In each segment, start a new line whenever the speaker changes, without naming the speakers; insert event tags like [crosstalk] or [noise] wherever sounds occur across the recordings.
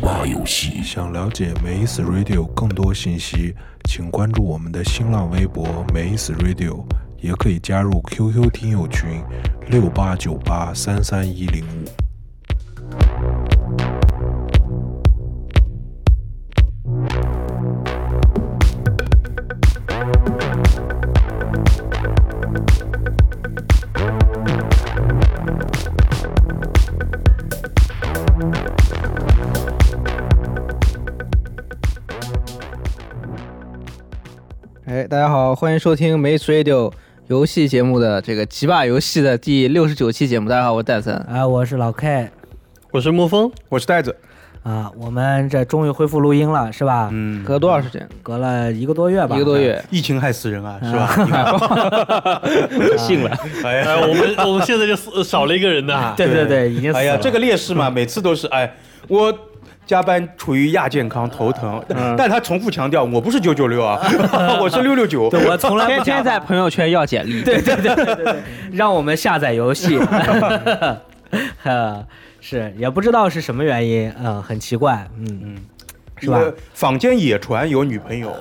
怕游戏。
想了解梅意思 Radio 更多信息，请关注我们的新浪微博梅意思 Radio，也可以加入 QQ 听友群六八九八三三一零五。
哎，大家好，欢迎收听《Maze Radio》游戏节目的这个极霸游戏的第六十九期节目。大家好，我是戴森。
啊，我是老 K
我是沐风，
我是袋子，
啊，我们这终于恢复录音了，是吧？
嗯，
隔多少时间？
隔了一个多月吧，
一个多月。
疫情害死人哎啊，是吧？你看 [laughs]
不信了，
哎
哎，我们我们现在就死少了一个人呐
好像。。对对对，已经死了。
哎呀，这个劣势
[laughs]
嘛，每次都是哎，我加班处于亚健康，头疼，
嗯
但他重复强调我不是九九
[laughs]
六啊，我是六六九。
对我
[laughs]
从来
天
不加
天在朋友圈要简历。
对对对对对对，让我们下载游戏。 [laughs] 呃，是也不知道是什么原因，嗯，很奇怪，嗯，是吧？？
坊间野传有
[laughs]
女朋友，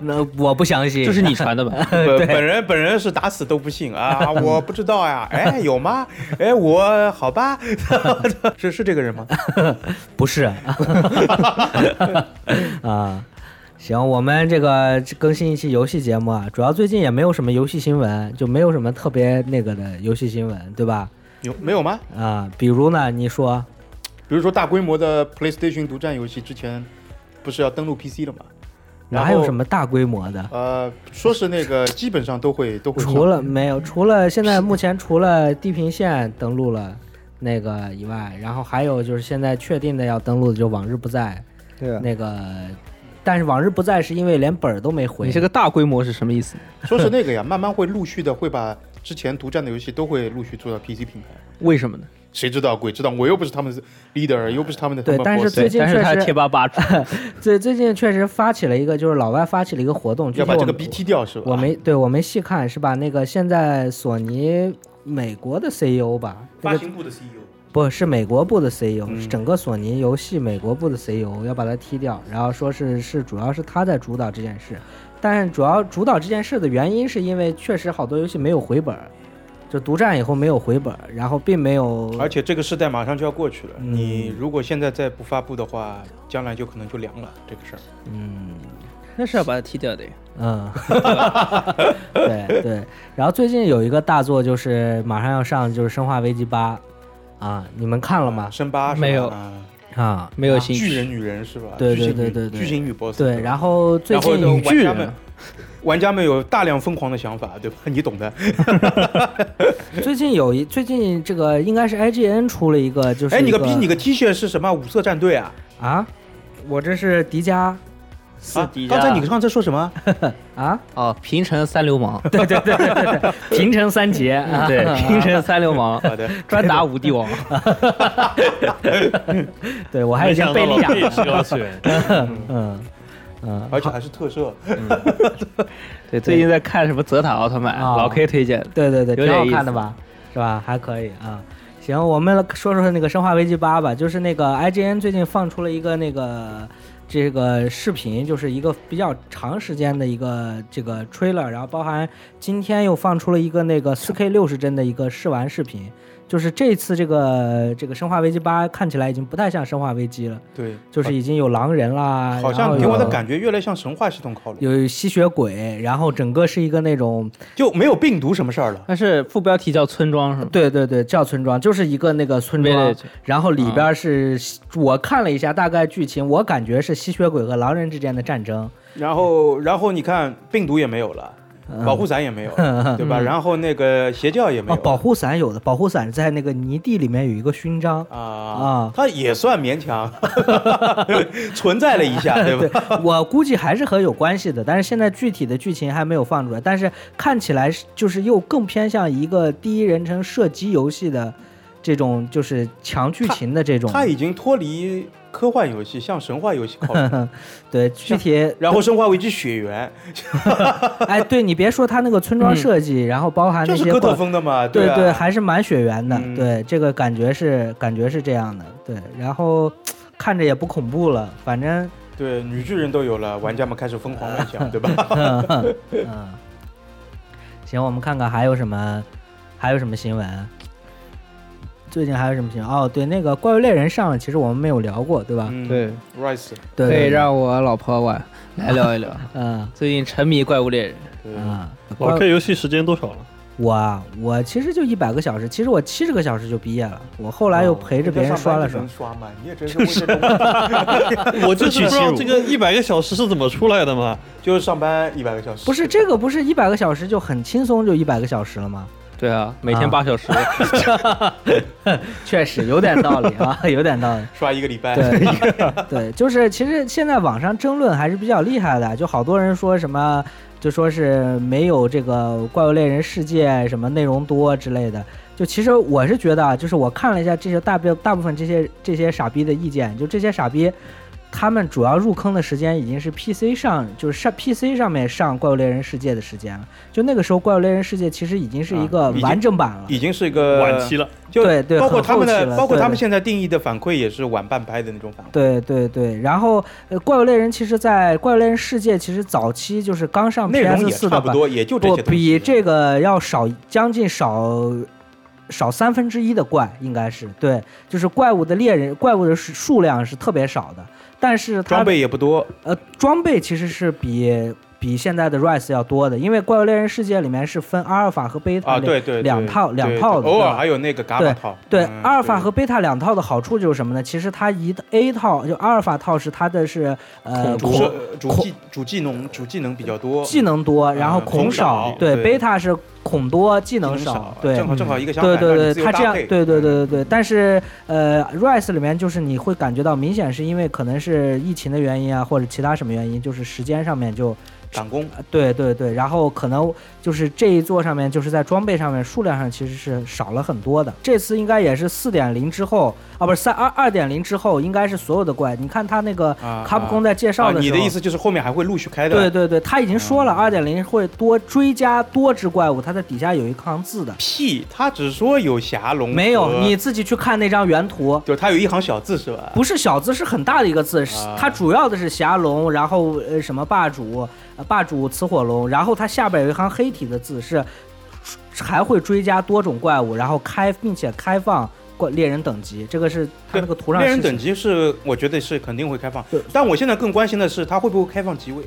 那我不相信，
这是你传的
[laughs]
吧？
本呃本人本人是打死都不信啊，我不知道呀、哎，有吗？哎，我好吧， [laughs] 是是这个人吗？
[laughs] 不是啊。行，我们这个更新一期游戏节目啊，主要最近也没有什么游戏新闻，就没有什么特别那个的游戏新闻，对吧？
有没有吗？
啊，比如呢，你说
比如说大规模的 PlayStation 独占游戏之前，不是要登录 PC 了吗？然后
哪有什么大规模的？
呃，说是那个，基本上都会都会上
除了没有，除了现在目前除了地平线登录了那个以外，然后还有就是现在确定的要登录的就往日不在
对啊，
那个，但是往日不在是因为连本儿都没回。
你这个大规模是什么意思？
说是那个呀，慢慢会陆续的会把之前独占的游戏都会陆续做到 PC 平台，
为什么呢？
谁知道鬼知道，我又不是他们的 leader，又不是他们的
对
他们
但是
boss
最近
但是
确
他
实
贴吧吧主，
最最近确实发起了一个，就是老外发起了一个活动，具
要
体
把这
我
个
们
BT 掉是吧？
我没对我没细看是吧？那个现在索尼美国的 CEO 吧，那个
行部的 E CEO，
不是美国部的 CEO，、是
嗯
整个索尼游戏美国部的 CEO 要把他踢掉，然后说是是主要是他在主导这件事，但主要主导这件事的原因是因为确实好多游戏没有回本儿，就独占以后没有回本儿，然后并没有
而且这个时代马上就要过去了，
嗯
你如果现在再不发布的话，将来就可能就凉了这个事儿。
[laughs] 那是要把它踢掉的。
嗯， [laughs] 对对。然后最近有一个大作就是马上要上，就是《生化危机八》啊，你们看了吗？
深八是吧
没有
啊
啊，
没有兴趣
巨人女人是吧？
对
巨型
对
女
对对对
巨型女 boss
对。然后最
然后
近
就玩
巨
家
人
们，玩家们有大量疯狂的想法，对吧？你懂的。
最近有一最近这个应该是 IGN 出了一个，就是
哎，你
个
个逼，你个 T 恤是什么？五色战队啊？
啊，我这是迪迦
啊
迪，迦
刚才你刚才说
[laughs]
什么？
啊，
哦，平成三流氓，
对对对对对对，
[laughs]
平成三杰啊，
对，平成三流氓，
好的，
专打五帝王。
对我还有一件贝利亚，
也是个二
[laughs]
次元。
嗯嗯，
而且还是特摄。
对，最近在看什么泽塔奥特曼，
啊
老 K 推荐的。
对对对，
有
挺好
点意
看的
思
吧？是吧？还可以啊。行，我们来说说那个《生化危机八》吧，就是那个 IGN 最近放出了一个那个这个视频，就是一个比较长时间的一个这个 trailer，然后包含今天又放出了一个那个 4K 六十帧的一个试玩视频。就是这次这个这个《生化危机八》看起来已经不太像《生化危机》了，
对，
就是已经有狼人啦，
好
哎然后
像给我的
有
感觉越来越向神话系统靠拢，
有吸血鬼，然后整个是一个那种
就没有病毒什么事儿了。
但是副标题叫村庄是吗？
对对对，叫村庄，就是一个那个村庄
Village，
然后里边是、我看了一下大概剧情，我感觉是吸血鬼和狼人之间的战争。
然后，然后你看，病毒也没有了，保护伞也没有
[laughs]
了，对吧？然后那个邪教也没
嗯哦，
有了。
保护伞有的，保护伞在那个泥地里面有一个勋章。
啊
啊，
它也算勉强 [laughs] 存在了一下，
[laughs]
对吧？
我估计还是和有关系的，但是现在具体的剧情还没有放出来，但是看起来是就是又更偏向一个第一人称射击游戏的这种，就是强剧情的这种。
它已经脱离科幻游戏，向神话游戏靠拢。
[laughs] 对，具体
然后《生化危机：血缘 [laughs]
哎，对你别说它那个村庄设计，然后包含》那
嗯就是
些
哥
怪
特风的嘛，
对
对啊，
还是蛮血缘的。
嗯
对，这个感觉是感觉是这样的。对，然后看着也不恐怖了，反正
对，女巨人都有了，玩家们开始疯狂乱
[laughs]
想，对吧？
嗯，嗯，行，我们看看还有什么，还有什么新闻？啊最近还有什么新闻？哦，对，那个《怪物猎人》上了，其实我们没有聊过，对吧？
嗯
对，
，Rice，
对
可以
对，
让我老婆晚来聊一聊。
嗯
[laughs] 最近沉迷怪物猎人，
对
啊，
老
怪
K 游戏时间多少了？
我啊我其实就一百个小时，其实我七十个小时就毕业了，我后来又陪着别人刷了
哦人家上班就
刷
能。刷嘛，你也真是为这个，
我就是不知道这个一百个小时是怎么出来的嘛。
就是上班一百个小时，
不是这个，不是一百个小时就很轻松就一百个小时了吗？
对啊，每天
啊
八小时，
确实有点道理 [laughs] 啊，有点道理。
刷一个礼拜，
对
[laughs]
对，就是其实现在网上争论还是比较厉害的，就好多人说什么，就说是没有这个《怪物猎人世界》什么内容多之类的。就其实我是觉得啊，就是我看了一下这些大部大部分这些这些傻逼的意见，就这些傻逼。他们主要入坑的时间已经是 PC 上，就是上 PC 上面上《怪物猎人世界》的时间了。就那个时候，《怪物猎人世界》其实已经是一个
啊已经
完整版了。
已经是一个
呃晚期了，
就
对对
包括
很
他们
后期
的，
了
包括
对
他们
对
现在定义的反馈也是晚半拍的那种反馈。
对对对，然后呃，怪物猎人其实，在怪物猎人世界，其实早期就是刚上
内容
PS
也
四
差
的
不
版，
多，也就这
不
些东西。
比这个要少将近少少三分之一的怪，应该是对，就是怪物的猎人怪物的数数量是特别少的，但是它
装备也不多，
呃装备其实是比比现在的 Rise 要多的，因为怪物猎人世界里面是分阿尔法和贝塔
啊，
两
对对，对
两套
对
两套的，
对偶
对
尔
吧
还有那个伽马套，
对，
嗯
阿尔法和贝塔两套的好处就是什么呢？其实它一 A 套就阿尔法套是它的是呃
主
恐
是主技主技能主技能比较多，
技能多，然后
嗯
恐
恐
少
少，对
贝塔是恐多，技
技
能
能
少，对
正。好正好一个相
对
反，让
对
你自
对，
由
它这样
搭配嗯
对对对对对，但是呃，Rise 里面就是你会感觉到明显是因为可能是疫情的原因啊，或者其他什么原因，就是时间上面就
赶工，
对对对，然后可能就是这一座上面，就是在装备上面数量上其实是少了很多的。这次应该也是四点零之后啊，不是三二二点零之后，应该是所有的怪。你看他那个
啊
卡普空在介绍
啊，
的
你
时候，
的意思就是后面还会陆续开的，
对对对，他已经说了二点零会多追加多只怪物，他在底下有一行字的。
屁，他只说有霞龙，
没有，你自己去看那张原图。
就是他有一行小字是吧？
不是小字，是很大的一个字，是
啊
它主要的是霞龙，然后呃什么霸主，呃霸主雌火龙，然后它下边有一行黑体的字是还会追加多种怪物，然后开并且开放怪猎人等级，这个是它
对
那个图上
猎人
是写
等级是，我觉得是肯定会开放
对，
但我现在更关心的是他会不会开放机位。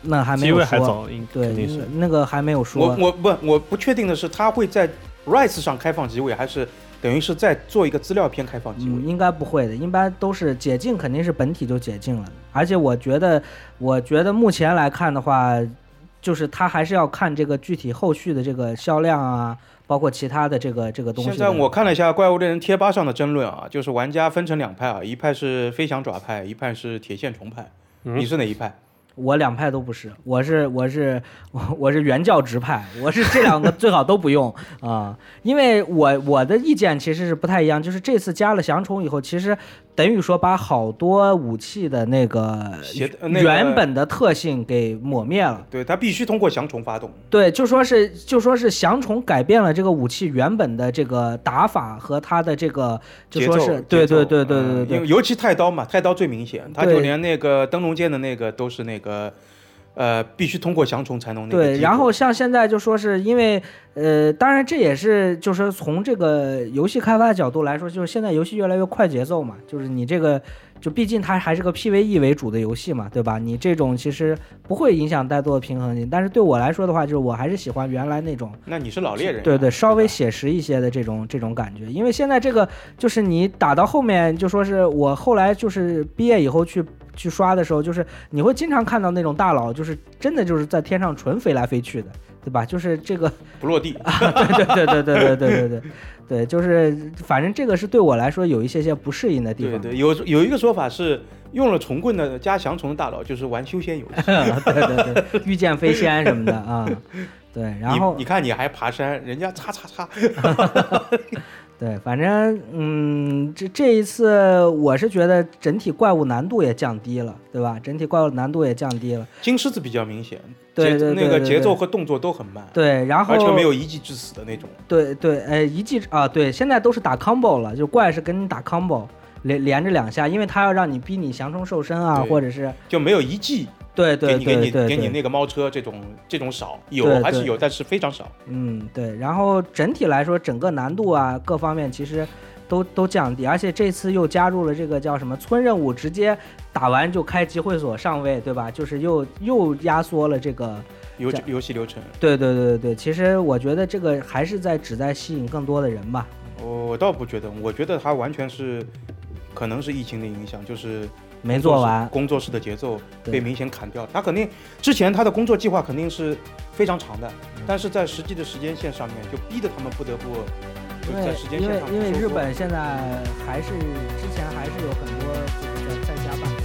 那还没
机
有
会还
说，
早，应
对
肯定是，
那个还没有
我
说，
我不我不确定的是，他会在 Rise 上开放机位，还是等于是在做一个资料片开放机
嗯，
位？
应该不会的，一般都是解禁，肯定是本体就解禁了。而且我觉得，我觉得目前来看的话，就是它还是要看这个具体后续的这个销量啊，包括其他的这个这个东西的。
现在我看了一下《怪物猎人》贴吧上的争论啊，就是玩家分成两派啊，一派是飞翔爪派，一派是铁线虫派。你是哪一派？
我两派都不是，我是我是 [laughs] 我我是原教旨派，我是这两个最好都不用 [laughs] 啊、因为我我的意见其实是不太一样，就是这次加了降虫以后，其实等于说把好多武器的那个
邪呃那个
原本的特性给抹灭了。
对他必须通过降虫发动，
对，就说是就说是降虫改变了这个武器原本的这个打法和它的这个，就
节
说
奏
是对
节奏
对对对
嗯
对
因
对
为尤其太刀嘛，太刀最明显，他
对
就连那个灯笼剑的那个都是那个，呃，必须通过降虫才能那个
对。
击
然
破
后像现在就说是因为呃，当然这也是就是从这个游戏开发的角度来说，就是现在游戏越来越快节奏嘛，就是你这个就毕竟它还是个 PVE 为主的游戏嘛，对吧？你这种其实不会影响太多的平衡性，但是对我来说的话，就是我还是喜欢原来那种
那你是老猎人呀，啊
对对，稍微
吧
写实一些的这种这种感觉，因为现在这个就是你打到后面，就说是我后来就是毕业以后去去刷的时候，就是你会经常看到那种大佬，就是真的就是在天上纯飞来飞去的，对吧？就是这
[laughs]
个，
不落地。
对对对对对对对对对对，就是反正这个是对我来说有一些些不适应的地
对
方。
对，有有一个说法是用了重棍的加降虫的大佬就是玩休闲游
[laughs]
戏。
对对
[laughs]
对，御剑飞仙什么的啊，对，然后
你你看你还爬山，人家叉叉叉，
对，反正嗯，这这一次我是觉得整体怪物难度也降低了，对吧？整体怪物难度也降低了，
金狮子比较明显，
对
节
对对
那个
对
节
对
奏和动作都很慢，
对，然后哎
而且没有一击致死的那种。
对对，呃，一记啊，对，现在都是打 combo 了，就怪是跟你打 combo，连连着两下，因为它要让你逼你降虫瘦身啊，
对
或者是
就没有一季
对
给
对
你给
对
你
对
给你
对，
那个猫车这种这种少，有
对
还是
对
有，但是非常少。
嗯对。然后整体来说，整个难度啊各方面其实都都降低，而且这次又加入了这个叫什么村任务，直接打完就开集会所上位，对吧？就是又又压缩了这个。
游
这样
游戏流程，
对对对对对，其实我觉得这个还是在旨在吸引更多的人吧。
我倒不觉得，我觉得它完全是可能是疫情的影响，就是
没做完，
工作室的节奏
对
被明显砍掉。他肯定之前他的工作计划肯定是非常长的，
嗯
但是在实际的时间线上面，就逼得他们不得不就
因
在
为
时间
因
线
为
上
因为
收
日
缩
本现在还是之前还是有很多就是在在家办公。